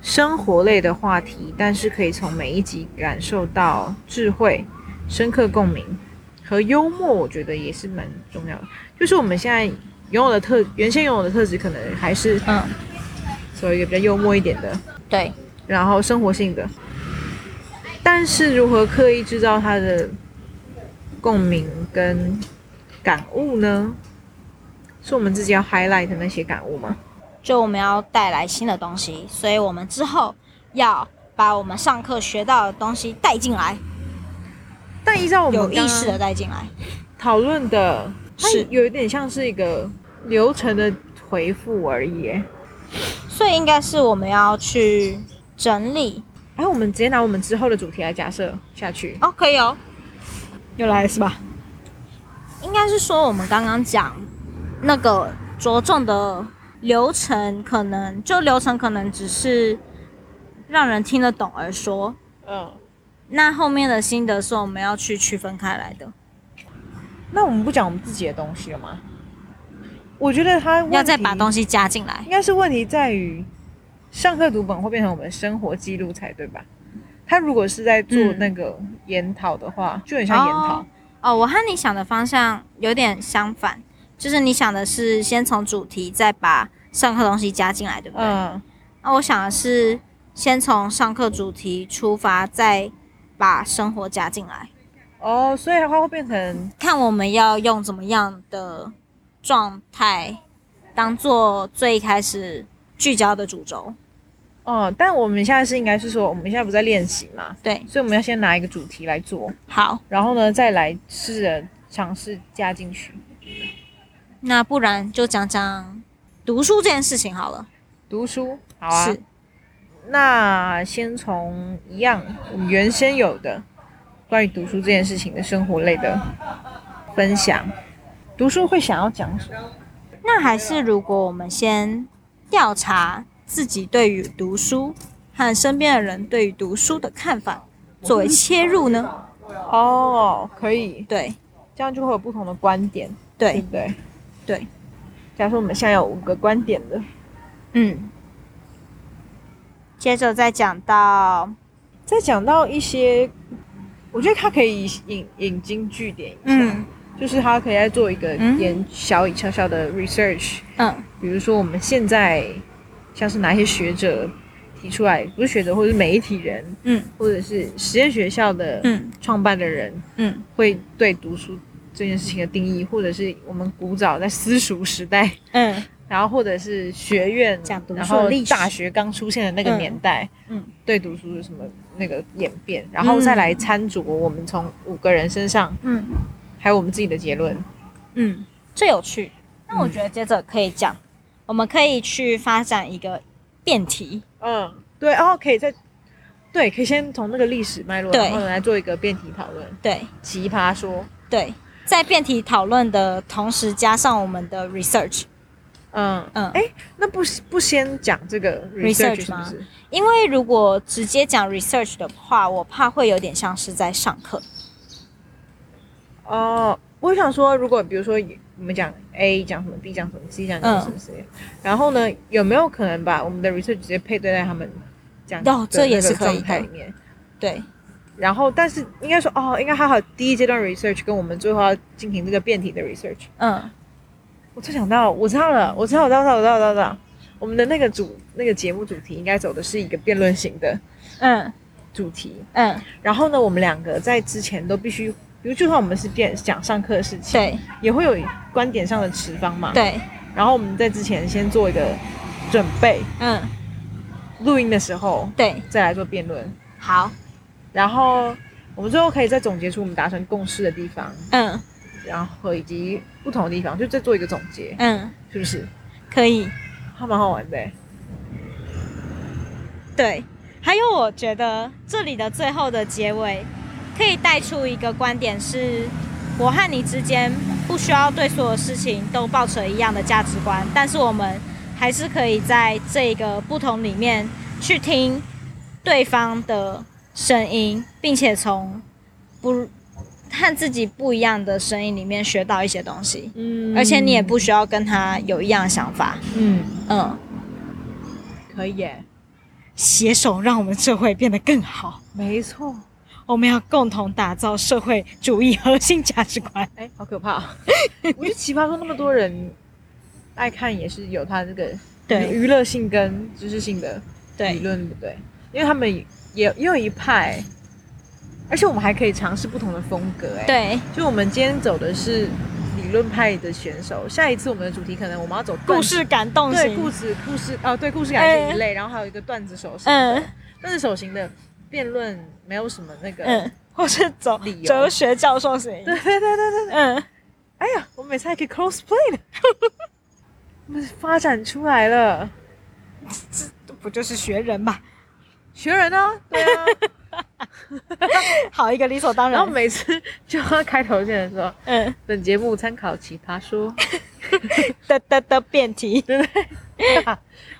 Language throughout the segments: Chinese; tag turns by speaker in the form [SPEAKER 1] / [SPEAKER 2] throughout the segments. [SPEAKER 1] 生活类的话题，但是可以从每一集感受到智慧、深刻共鸣和幽默，我觉得也是蛮重要的。就是我们现在拥有的特，原先拥有的特质，可能还是
[SPEAKER 2] 嗯，
[SPEAKER 1] 走一个比较幽默一点的，
[SPEAKER 2] 对，
[SPEAKER 1] 然后生活性的。但是如何刻意制造它的共鸣跟感悟呢？是我们自己要 highlight 那些感悟吗？
[SPEAKER 2] 就我们要带来新的东西，所以我们之后要把我们上课学到的东西带进来，
[SPEAKER 1] 但依照我们
[SPEAKER 2] 有
[SPEAKER 1] 刚
[SPEAKER 2] 意
[SPEAKER 1] 刚
[SPEAKER 2] 识的带进来。
[SPEAKER 1] 讨论的，它
[SPEAKER 2] 是
[SPEAKER 1] 有一点像是一个流程的回复而已耶。
[SPEAKER 2] 所以应该是我们要去整理
[SPEAKER 1] 哎，我们直接拿我们之后的主题来假设下去，
[SPEAKER 2] 哦，可以哦。
[SPEAKER 1] 又来是吧？
[SPEAKER 2] 应该是说我们刚刚讲那个着重的流程，可能就流程可能只是让人听得懂而说，
[SPEAKER 1] 嗯，
[SPEAKER 2] 那后面的心得是我们要去区分开来的，
[SPEAKER 1] 那我们不讲我们自己的东西了吗？我觉得它问
[SPEAKER 2] 要再把
[SPEAKER 1] 题
[SPEAKER 2] 东西加进来。
[SPEAKER 1] 应该是问题在于，上课读本会变成我们生活记录才对吧？他如果是在做
[SPEAKER 2] 嗯
[SPEAKER 1] 那个研讨的话，就很像研讨。
[SPEAKER 2] 哦哦，我和你想的方向有点相反，就是你想的是先从主题，再把上课东西加进来，对不对？
[SPEAKER 1] 嗯，
[SPEAKER 2] 那我想的是先从上课主题出发，再把生活加进来，
[SPEAKER 1] 哦，所以的话会变成
[SPEAKER 2] 看我们要用怎么样的状态当做最一开始聚焦的主轴。
[SPEAKER 1] 哦、但我们现在是应该是说，我们现在不是在练习嘛，
[SPEAKER 2] 对，
[SPEAKER 1] 所以我们要先拿一个主题来做，
[SPEAKER 2] 好，
[SPEAKER 1] 然后呢再来试着尝试加进去。
[SPEAKER 2] 那不然就讲讲读书这件事情好了。
[SPEAKER 1] 读书好啊，
[SPEAKER 2] 是，
[SPEAKER 1] 那先从一样我们原先有的关于读书这件事情的生活类的分享。读书会想要讲什么？
[SPEAKER 2] 那还是如果我们先调查自己对于读书和身边的人对于读书的看法，作为切入呢？
[SPEAKER 1] 哦，可以，
[SPEAKER 2] 对
[SPEAKER 1] 这样就会有不同的观点，对
[SPEAKER 2] 对
[SPEAKER 1] 不对？
[SPEAKER 2] 对，
[SPEAKER 1] 假如说我们现在有五个观点的，
[SPEAKER 2] 嗯。接着再讲到，
[SPEAKER 1] 再讲到一些，我觉得它可以引引经据典一下，
[SPEAKER 2] 嗯
[SPEAKER 1] 就是它可以再做一个
[SPEAKER 2] 嗯
[SPEAKER 1] 研小小小的 research，
[SPEAKER 2] 嗯
[SPEAKER 1] 比如说我们现在像是哪些学者提出来，不是学者，或者是媒体人，
[SPEAKER 2] 嗯
[SPEAKER 1] 或者是实验学校的
[SPEAKER 2] 嗯
[SPEAKER 1] 创办的人，
[SPEAKER 2] 嗯，
[SPEAKER 1] 会对读书这件事情的定义，或者是我们古早在私塾时代。
[SPEAKER 2] 嗯，
[SPEAKER 1] 然后或者是学院
[SPEAKER 2] 讲读书的
[SPEAKER 1] 然后
[SPEAKER 2] 历史
[SPEAKER 1] 大学刚出现的那个年代，
[SPEAKER 2] 嗯嗯
[SPEAKER 1] 对读书有什么那个演变，然后再来参酌我们从五个人身上，
[SPEAKER 2] 嗯，
[SPEAKER 1] 还有我们自己的结论，
[SPEAKER 2] 嗯，最有趣。那我觉得接着可以讲，我们可以去发展一个辩题，
[SPEAKER 1] 嗯，对，然后可以再，对，可以先从那个历史脉络，
[SPEAKER 2] 对
[SPEAKER 1] 然后来做一个辩题讨论，
[SPEAKER 2] 对
[SPEAKER 1] 奇葩说，
[SPEAKER 2] 对，在辩题讨论的同时，加上我们的 research，
[SPEAKER 1] 嗯，
[SPEAKER 2] 嗯，
[SPEAKER 1] 那不不先讲这个
[SPEAKER 2] Research
[SPEAKER 1] 是不是？
[SPEAKER 2] 因为如果直接讲 research 的话，我怕会有点像是在上课。
[SPEAKER 1] 哦，我想说，如果比如说我们讲 A 讲什么，B 讲什么，C 讲
[SPEAKER 2] 嗯
[SPEAKER 1] 什么，什么之类的然后呢，有没有可能把我们的 research 直接配对在他们讲的
[SPEAKER 2] 哦这也是
[SPEAKER 1] 那个
[SPEAKER 2] 可以
[SPEAKER 1] 状
[SPEAKER 2] 的
[SPEAKER 1] 态里面？
[SPEAKER 2] 对，
[SPEAKER 1] 然后，但是应该说，哦，应该还好，第一阶段 research 跟我们最后要进行这个辩题的 research。
[SPEAKER 2] 嗯，
[SPEAKER 1] 我突然想到，我知道了，我知道，我知道，我知道，我知道，我知道，我们的那个主那个节目主题应该走的是一个辩论型的
[SPEAKER 2] 嗯
[SPEAKER 1] 主题。
[SPEAKER 2] 嗯，
[SPEAKER 1] 然后呢，我们两个在之前都必须，比如就算我们是辩讲上课的事情，
[SPEAKER 2] 对
[SPEAKER 1] 也会有观点上的持方嘛。
[SPEAKER 2] 对，
[SPEAKER 1] 然后我们在之前先做一个准备，
[SPEAKER 2] 嗯
[SPEAKER 1] 录音的时候
[SPEAKER 2] 对，
[SPEAKER 1] 再来做辩论，
[SPEAKER 2] 好，
[SPEAKER 1] 然后我们最后可以再总结出我们达成共识的地方，
[SPEAKER 2] 嗯
[SPEAKER 1] 然后以及不同的地方，就再做一个总结，
[SPEAKER 2] 嗯，
[SPEAKER 1] 是不是？
[SPEAKER 2] 可以。
[SPEAKER 1] 还蛮好玩的欸。
[SPEAKER 2] 对，还有我觉得这里的最后的结尾，可以带出一个观点是，我和你之间不需要对所有事情都抱持一样的价值观，但是我们还是可以在这个不同里面去听对方的声音，并且从不和自己不一样的声音里面学到一些东西，
[SPEAKER 1] 嗯
[SPEAKER 2] 而且你也不需要跟他有一样的想法，
[SPEAKER 1] 嗯，
[SPEAKER 2] 嗯。
[SPEAKER 1] 可以耶。
[SPEAKER 2] 携手让我们社会变得更好。
[SPEAKER 1] 没错。
[SPEAKER 2] 我们要共同打造社会主义核心价值观。
[SPEAKER 1] 哎、好可 怕、哦！我觉得奇葩说那么多人爱看，也是有它这个
[SPEAKER 2] 对
[SPEAKER 1] 娱乐性跟知识性的理
[SPEAKER 2] 对
[SPEAKER 1] 论，对不对？因为他们也也有一派，而且我们还可以尝试不同的风格、哎，，
[SPEAKER 2] 对，
[SPEAKER 1] 就我们今天走的是理论派的选手，下一次我们的主题可能我们要走段
[SPEAKER 2] 故
[SPEAKER 1] 子。
[SPEAKER 2] 事感动
[SPEAKER 1] 对
[SPEAKER 2] 型，
[SPEAKER 1] 故事故事哦，对故事感是一类，然后还有一个段子手型的，
[SPEAKER 2] 嗯
[SPEAKER 1] 段子手型的辩论没有什么那个，
[SPEAKER 2] 嗯，或是走
[SPEAKER 1] 理由
[SPEAKER 2] 哲学教授型，
[SPEAKER 1] 对对对对对，
[SPEAKER 2] 嗯，
[SPEAKER 1] 哎呀，我每次还可以 cosplay 呢，我们发展出来了，
[SPEAKER 2] 不就是学人嘛？
[SPEAKER 1] 学人呢、对啊，
[SPEAKER 2] 好一个理所当
[SPEAKER 1] 然
[SPEAKER 2] 然
[SPEAKER 1] 后。每次就要开头前的时候，
[SPEAKER 2] 嗯
[SPEAKER 1] 本节目参考奇葩说，
[SPEAKER 2] 的的的辩题，
[SPEAKER 1] 因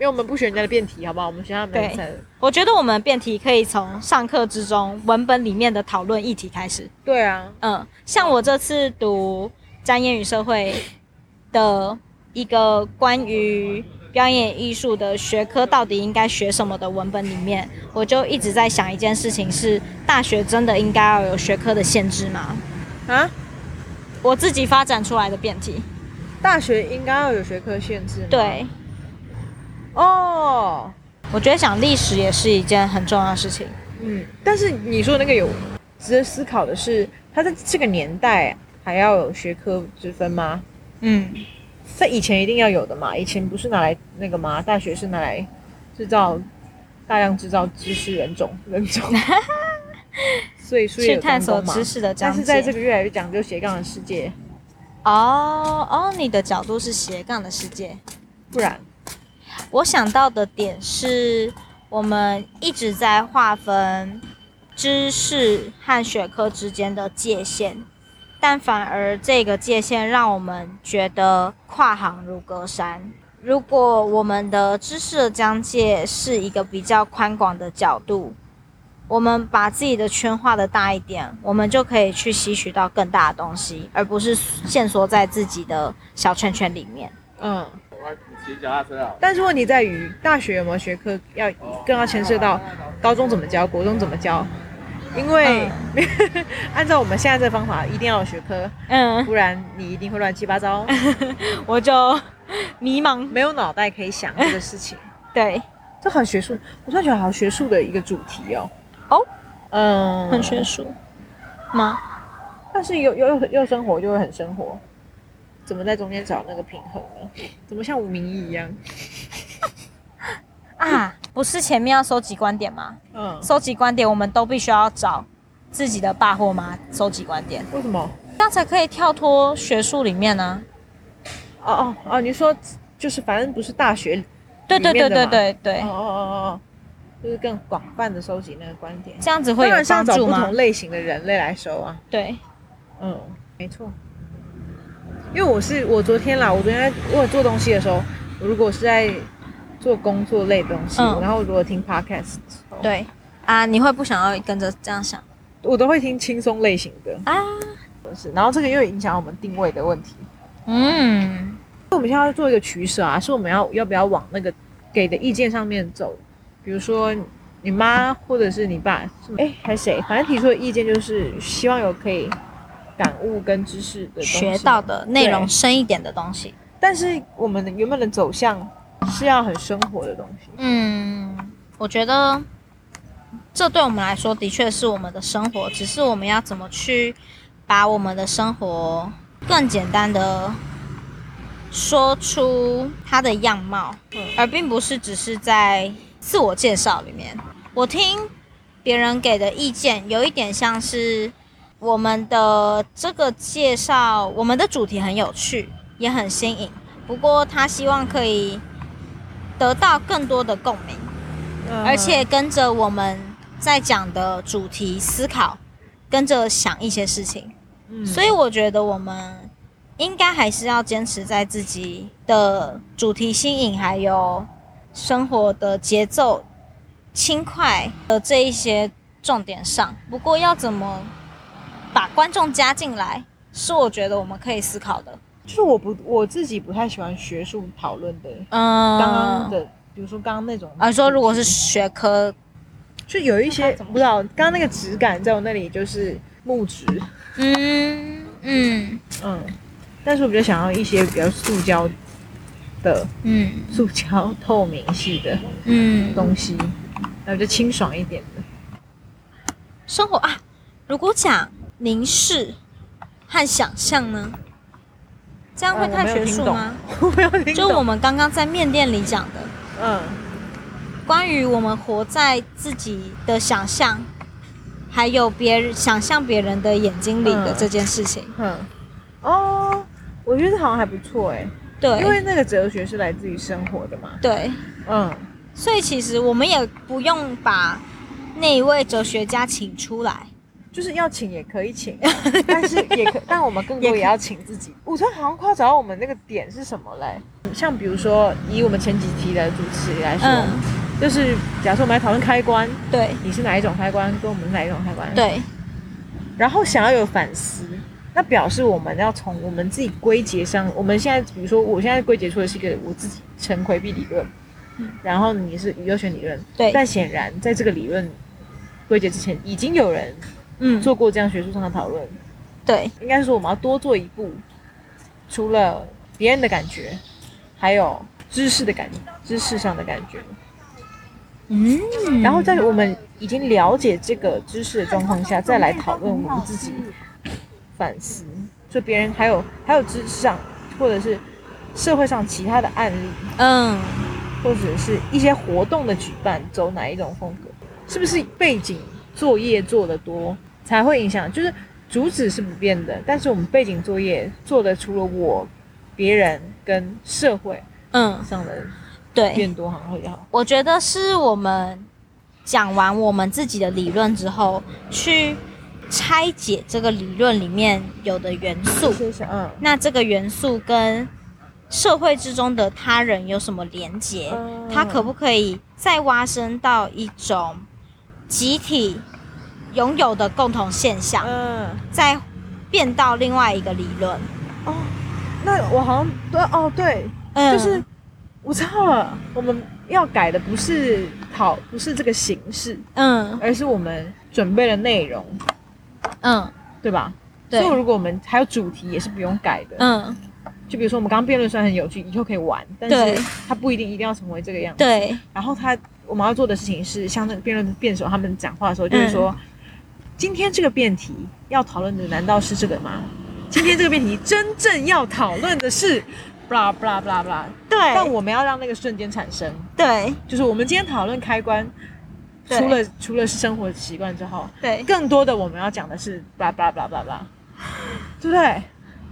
[SPEAKER 1] 为我们不选人家的辩题，好不好？我们选他们
[SPEAKER 2] 对
[SPEAKER 1] 的
[SPEAKER 2] 我觉得我们辩题可以从上课之中文本里面的讨论议题开始。
[SPEAKER 1] 对啊，
[SPEAKER 2] 嗯，像我这次读《展演与社会》的一个关于表演艺术的学科到底应该学什么的文本里面，我就一直在想一件事情是：大学真的应该要有学科的限制吗？
[SPEAKER 1] 啊，
[SPEAKER 2] 我自己发展出来的辩题，
[SPEAKER 1] 大学应该要有学科限制吗，
[SPEAKER 2] 对
[SPEAKER 1] 哦，
[SPEAKER 2] 我觉得讲历史也是一件很重要的事情。
[SPEAKER 1] 嗯，但是你说的那个有值得思考的是，他在这个年代还要有学科之分吗？
[SPEAKER 2] 嗯，
[SPEAKER 1] 在以前一定要有的嘛，以前不是拿来那个吗？大学是拿来制造大量制造知识人种人 种，所以书也
[SPEAKER 2] 去
[SPEAKER 1] 有
[SPEAKER 2] 探索
[SPEAKER 1] 当中嘛
[SPEAKER 2] 知。识的
[SPEAKER 1] 但
[SPEAKER 2] 章
[SPEAKER 1] 是
[SPEAKER 2] 节。
[SPEAKER 1] 在这个越来越讲究斜杠的世界，
[SPEAKER 2] 哦哦，你的角度是斜杠的世界。
[SPEAKER 1] 不然
[SPEAKER 2] 我想到的点是，我们一直在划分知识和学科之间的界限，但反而这个界限让我们觉得跨行如隔山。如果我们的知识的疆界是一个比较宽广的角度，我们把自己的圈画的大一点，我们就可以去吸取到更大的东西，而不是限缩在自己的小圈圈里面。
[SPEAKER 1] 嗯，
[SPEAKER 3] 骑脚踏车啊。
[SPEAKER 1] 但是问题在于大学有没有学科要更要牵涉到高中怎么教，国中怎么教，因为、 按照我们现在这方法，一定要有学科，
[SPEAKER 2] 嗯。
[SPEAKER 1] 不然你一定会乱七八糟，
[SPEAKER 2] 我就迷茫。
[SPEAKER 1] 没有脑袋可以想这个事情。
[SPEAKER 2] 对，
[SPEAKER 1] 这很学术，我突然觉得好学术的一个主题哦。
[SPEAKER 2] 哦，
[SPEAKER 1] 嗯，
[SPEAKER 2] 很学，术吗？
[SPEAKER 1] 但是又又又又生活就会很生活，怎么在中间找那个平衡呢？怎么像吴明义一样？
[SPEAKER 2] 啊，不是前面要收集观点吗？
[SPEAKER 1] 嗯，
[SPEAKER 2] 收集观点，我们都必须要找自己的爸或妈收集观点，
[SPEAKER 1] 为什么？
[SPEAKER 2] 这样才可以跳脱学术里面啊呢、
[SPEAKER 1] 哦哦哦，你说就是反正不是大学，
[SPEAKER 2] 对对
[SPEAKER 1] 里
[SPEAKER 2] 对
[SPEAKER 1] 面的嘛
[SPEAKER 2] 对对
[SPEAKER 1] 哦
[SPEAKER 2] 对
[SPEAKER 1] 哦，哦哦，就是更广泛的收集那个观点，
[SPEAKER 2] 这样子
[SPEAKER 1] 当
[SPEAKER 2] 会有
[SPEAKER 1] 然是要
[SPEAKER 2] 帮
[SPEAKER 1] 找
[SPEAKER 2] 助
[SPEAKER 1] 不
[SPEAKER 2] 吗
[SPEAKER 1] 同？类型的人类来收啊。
[SPEAKER 2] 对，
[SPEAKER 1] 嗯，没错。因为我是我昨天啦，我昨天在我做东西的时候，我如果是在做工作类的东西，
[SPEAKER 2] 嗯
[SPEAKER 1] 然后如果听 podcast，的时候
[SPEAKER 2] 对啊，你会不想要跟着这样想
[SPEAKER 1] 我都会听轻松类型的，
[SPEAKER 2] 啊？
[SPEAKER 1] 是。然后这个又影响我们定位的问题。
[SPEAKER 2] 嗯，
[SPEAKER 1] 我们现在要做一个取舍啊，是我们要要不要往那个给的意见上面走？比如说你妈或者是你爸，是吗哎，还是谁，反正提出的意见就是希望有可以感悟跟知识的东西
[SPEAKER 2] 学到的内容
[SPEAKER 1] 对
[SPEAKER 2] 深一点的东西。
[SPEAKER 1] 但是我们的原本的走向是要很生活的东西。
[SPEAKER 2] 嗯，我觉得这对我们来说的确是我们的生活，只是我们要怎么去把我们的生活更简单的说出它的样貌，而并不是只是在自我介绍里面。我听别人给的意见，有一点像是我们的这个介绍，我们的主题很有趣，也很新颖。不过他希望可以得到更多的共鸣，
[SPEAKER 1] 嗯
[SPEAKER 2] 而且跟着我们在讲的主题思考，跟着想一些事情。
[SPEAKER 1] 嗯
[SPEAKER 2] 所以我觉得我们应该还是要坚持在自己的主题新颖，还有生活的节奏轻快的这一些重点上。不过要怎么把观众加进来，是我觉得我们可以思考的。
[SPEAKER 1] 就是我不我自己不太喜欢学术讨论的
[SPEAKER 2] 嗯，
[SPEAKER 1] 刚刚的比如说刚刚那种
[SPEAKER 2] 啊，说如果是学科，
[SPEAKER 1] 就有一些不知道，刚刚那个质感在我那里就是木质，
[SPEAKER 2] 嗯嗯
[SPEAKER 1] 嗯，但是我比较想要一些比较塑胶的、
[SPEAKER 2] 嗯
[SPEAKER 1] 塑胶透明系的
[SPEAKER 2] 嗯，
[SPEAKER 1] 东西，然后就清爽一点的。
[SPEAKER 2] 生活啊，如果讲凝视和想象呢，这样会
[SPEAKER 1] 啊
[SPEAKER 2] 太
[SPEAKER 1] 我没有
[SPEAKER 2] 学
[SPEAKER 1] 听
[SPEAKER 2] 术
[SPEAKER 1] 懂
[SPEAKER 2] 吗？
[SPEAKER 1] 我没有听懂，
[SPEAKER 2] 就我们刚刚在面店里讲的，
[SPEAKER 1] 嗯，
[SPEAKER 2] 关于我们活在自己的想象，还有别人想象别人的眼睛里的
[SPEAKER 1] 嗯
[SPEAKER 2] 这件事情。
[SPEAKER 1] 哼，嗯哦，我觉得好像还不错哎，因
[SPEAKER 2] 对
[SPEAKER 1] 为那个哲学是来自于生活的嘛，
[SPEAKER 2] 对，
[SPEAKER 1] 嗯，
[SPEAKER 2] 所以其实我们也不用把那一位哲学家请出来。
[SPEAKER 1] 就是要请也可以 请，但是也可，但我们更多
[SPEAKER 2] 也可
[SPEAKER 1] 也要请自己。我突然好像快要找到我们那个点是什么嘞？像比如说，以我们前几题的主持来说，
[SPEAKER 2] 嗯，
[SPEAKER 1] 就是假设我们来讨论开关，
[SPEAKER 2] 对
[SPEAKER 1] 你是哪一种开关，跟我们是哪一种开关，，
[SPEAKER 2] 对
[SPEAKER 1] 然后想要有反思。那表示我们要从我们自己归结上，我们现在比如说，我现在归结出的是一个我自己陈奎碧理论，
[SPEAKER 2] 嗯
[SPEAKER 1] 然后你是优选理论，
[SPEAKER 2] 对，
[SPEAKER 1] 但显然在这个理论归结之前，已经有人
[SPEAKER 2] 嗯，
[SPEAKER 1] 做过这样学术上的讨论，
[SPEAKER 2] 对
[SPEAKER 1] 应该是说我们要多做一步，除了别人的感觉，还有知识的感觉，知识上的感觉。
[SPEAKER 2] 嗯，
[SPEAKER 1] 然后在我们已经了解这个知识的状况下，
[SPEAKER 2] 嗯
[SPEAKER 1] 再来讨论我们自己反思，就别人还有还有知识上或者是社会上其他的案例，
[SPEAKER 2] 嗯，
[SPEAKER 1] 或者是一些活动的举办走哪一种风格，是不是背景作业做得多才会影响？就是主旨是不变的，但是我们背景作业做的除了我、别人跟社会
[SPEAKER 2] 嗯，
[SPEAKER 1] 上的
[SPEAKER 2] 对，
[SPEAKER 1] 变多，好像会比较好。
[SPEAKER 2] 我觉得是我们讲完我们自己的理论之后，去拆解这个理论里面有的元素。
[SPEAKER 1] 谢谢，嗯
[SPEAKER 2] 那这个元素跟社会之中的他人有什么连结？
[SPEAKER 1] 嗯
[SPEAKER 2] 它可不可以再挖深到一种集体拥有的共同现象，
[SPEAKER 1] 嗯
[SPEAKER 2] 再变到另外一个理论？
[SPEAKER 1] 哦，那我好像对哦对，
[SPEAKER 2] 嗯，
[SPEAKER 1] 就是我知道了，我们要改的不是讨，不是这个形式，
[SPEAKER 2] 嗯
[SPEAKER 1] 而是我们准备的内容，
[SPEAKER 2] 嗯
[SPEAKER 1] 对吧？
[SPEAKER 2] 对
[SPEAKER 1] 所以如果我们还有主题也是不用改的，
[SPEAKER 2] 嗯
[SPEAKER 1] 就比如说我们刚刚辩论虽然很有趣，以后可以玩，但
[SPEAKER 2] 对
[SPEAKER 1] 是它不一定一定要成为这个样子。
[SPEAKER 2] 对
[SPEAKER 1] 然后它我们要做的事情是，像那个辩论辩手他们讲话的时候，就是说，今天这个辩题要讨论的难道是这个 吗？今天这个辩题真正要讨论的是，blah blah blah blah。但
[SPEAKER 2] 对
[SPEAKER 1] 我们要让那个瞬间产生，
[SPEAKER 2] 对
[SPEAKER 1] 就是我们今天讨论开关，
[SPEAKER 2] 对
[SPEAKER 1] 除了除了是生活习惯之后，
[SPEAKER 2] 对，
[SPEAKER 1] 更多的我们要讲的是 blah blah blah blah blah，对不对？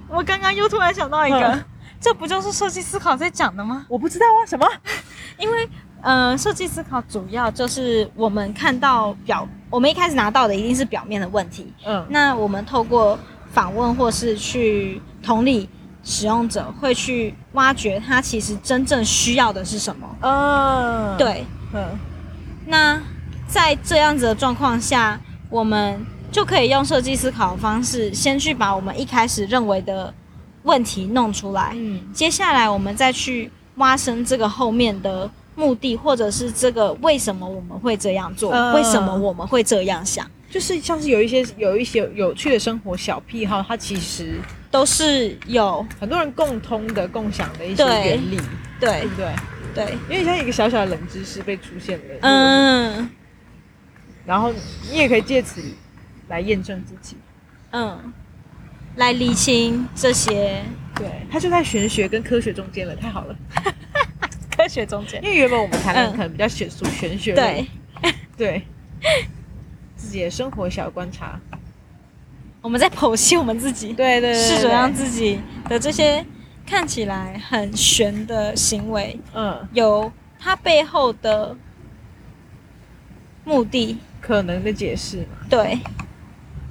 [SPEAKER 2] 我刚刚又突然想到一个
[SPEAKER 1] 嗯，
[SPEAKER 2] 这不就是设计思考在讲的吗？
[SPEAKER 1] 我不知道啊，什么？
[SPEAKER 2] 因为呃，设计思考主要就是我们看到表，我们一开始拿到的一定是表面的问题，
[SPEAKER 1] 嗯
[SPEAKER 2] 那我们透过访问或是去同理使用者，会去挖掘他其实真正需要的是什么。
[SPEAKER 1] 嗯，
[SPEAKER 2] 对，
[SPEAKER 1] 嗯
[SPEAKER 2] 那在这样子的状况下，我们就可以用设计思考的方式，先去把我们一开始认为的问题弄出来。
[SPEAKER 1] 嗯
[SPEAKER 2] 接下来我们再去挖深这个后面的目的，或者是这个为什么我们会这样做，
[SPEAKER 1] 嗯
[SPEAKER 2] 为什么我们会这样想，
[SPEAKER 1] 就是像是有一些有一些有趣的生活小癖好，它其实
[SPEAKER 2] 都是有
[SPEAKER 1] 很多人共通的、共享的一些
[SPEAKER 2] 对
[SPEAKER 1] 原理，对
[SPEAKER 2] 对
[SPEAKER 1] 不对？
[SPEAKER 2] 对，
[SPEAKER 1] 因为像一个小小的冷知识被出现了，嗯，
[SPEAKER 2] 嗯
[SPEAKER 1] 然后你也可以借此来验证自己。
[SPEAKER 2] 嗯，来厘清这些
[SPEAKER 1] 对，它就在玄学跟科学中间了，太好了。
[SPEAKER 2] 科学中间，
[SPEAKER 1] 因为原本我们谈论
[SPEAKER 2] 嗯
[SPEAKER 1] 可能比较学术、玄学类
[SPEAKER 2] 对
[SPEAKER 1] 对， 自己的生活小观察，
[SPEAKER 2] 我们在剖析我们自己，
[SPEAKER 1] 对对对，
[SPEAKER 2] 试着
[SPEAKER 1] 对
[SPEAKER 2] 让，自己的这些看起来很玄的行为，
[SPEAKER 1] 嗯，
[SPEAKER 2] 有它背后的目的，
[SPEAKER 1] 可能的解释嘛。
[SPEAKER 2] 对。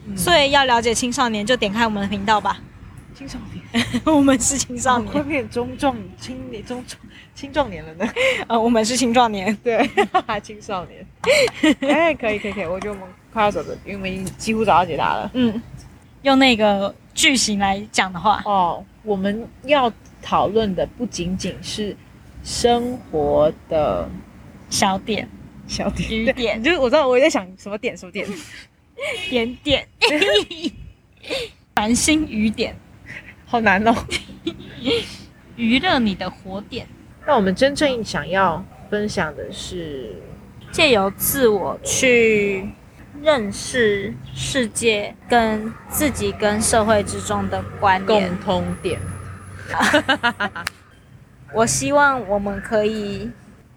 [SPEAKER 1] 嗯
[SPEAKER 2] 所以要了解青少年，就点开我们的频道吧。
[SPEAKER 1] 青少年，
[SPEAKER 2] 我们是青少
[SPEAKER 1] 快
[SPEAKER 2] 年，
[SPEAKER 1] 哦变中壮青年中壮青壮年了呢。
[SPEAKER 2] 呃，我们是青壮年。
[SPEAKER 1] 对， 青少年。哎，可以可以可以，我觉得我们快要走的，因为我们已经几乎找到解答了。
[SPEAKER 2] 嗯，用那个句型来讲的话，
[SPEAKER 1] 哦，我们要讨论的不仅仅是生活的
[SPEAKER 2] 小点
[SPEAKER 1] 小点
[SPEAKER 2] 雨
[SPEAKER 1] 对
[SPEAKER 2] 点
[SPEAKER 1] 就是我知道我在想什么点什么点，
[SPEAKER 2] 点点， 繁星雨点，
[SPEAKER 1] 好难哦。
[SPEAKER 2] 娱乐你的火点，
[SPEAKER 1] 那我们真正想要分享的是，
[SPEAKER 2] 借由自我去认识世界跟自己跟社会之中的关联
[SPEAKER 1] 共。通点，
[SPEAKER 2] 我希望我们可以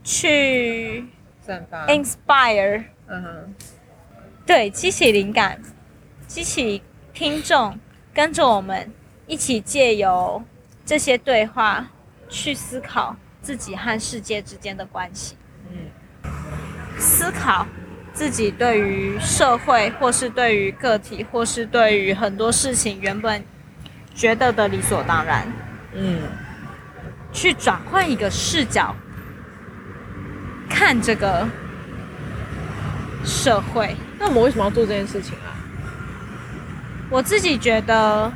[SPEAKER 2] 去
[SPEAKER 1] 散发，
[SPEAKER 2] inspire，
[SPEAKER 1] 嗯哼，
[SPEAKER 2] 对，激起灵感，激起听众跟着我们一起借由这些对话去思考自己和世界之间的关系，
[SPEAKER 1] 嗯，
[SPEAKER 2] 思考自己对于社会或是对于个体或是对于很多事情原本觉得的理所当然，
[SPEAKER 1] 嗯，
[SPEAKER 2] 去转换一个视角，看这个社会。
[SPEAKER 1] 那我们为什么要做这件事情啊？
[SPEAKER 2] 我自己觉得，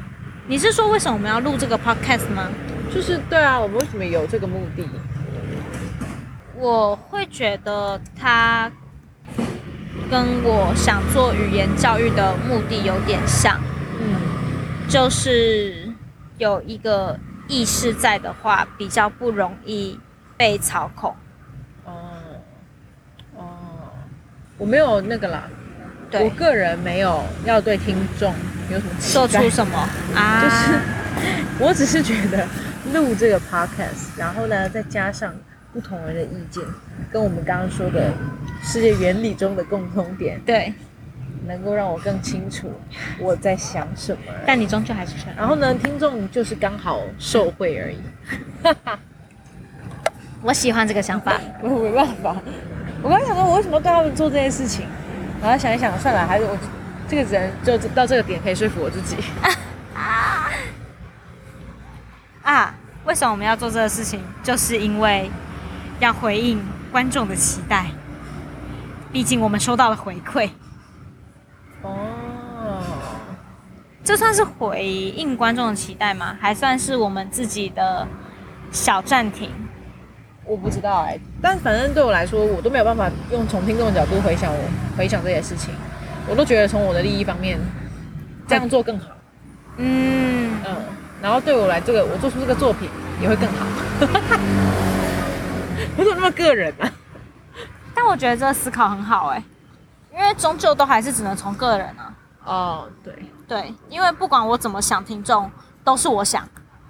[SPEAKER 2] 你是说为什么我们要录这个 podcast 吗？
[SPEAKER 1] 就是对啊，我们为什么有这个目的？
[SPEAKER 2] 我会觉得它跟我想做语言教育的目的有点像，
[SPEAKER 1] 嗯
[SPEAKER 2] 就是有一个意识在的话，比较不容易被操控。
[SPEAKER 1] 哦哦，我没有那个啦，我
[SPEAKER 2] 对，
[SPEAKER 1] 个人没有要对听众有什么期
[SPEAKER 2] 做
[SPEAKER 1] 待
[SPEAKER 2] 出什么啊？
[SPEAKER 1] 就是我只是觉得录这个 podcast，然后呢，再加上不同人的意见，跟我们刚刚说的世界原理中的共通点，
[SPEAKER 2] 对，
[SPEAKER 1] 能够让我更清楚我在想什么。
[SPEAKER 2] 但你终究还是选。
[SPEAKER 1] 然后呢，听众就是刚好受贿而已，
[SPEAKER 2] 我喜欢这个想法。
[SPEAKER 1] 我没办法。我刚想说，我为什么对他们做这件事情？然后想一想，算了，还是我这个人就到这个点可以说服我自己。
[SPEAKER 2] 啊，为什么我们要做这个事情？就是因为要回应观众的期待。毕竟我们收到了回馈，
[SPEAKER 1] 哦，
[SPEAKER 2] 这算是回应观众的期待吗？还算是我们自己的小暂停。
[SPEAKER 1] 我不知道哎、但反正对我来说，我都没有办法用从听众的角度回想我回想这些事情，我都觉得从我的利益方面这样做更好，
[SPEAKER 2] 嗯，
[SPEAKER 1] 嗯，然后对我来这个我做出这个作品也会更好， 我怎么那么个人啊？
[SPEAKER 2] 但我觉得这个思考很好哎、因为终究都还是只能从个人啊。
[SPEAKER 1] 哦，对，
[SPEAKER 2] 对，因为不管我怎么想，听众都是我想。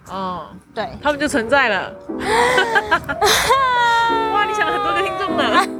[SPEAKER 1] 哦，
[SPEAKER 2] 对，
[SPEAKER 1] 他们就存在了，哇，你想了很多个听众呢，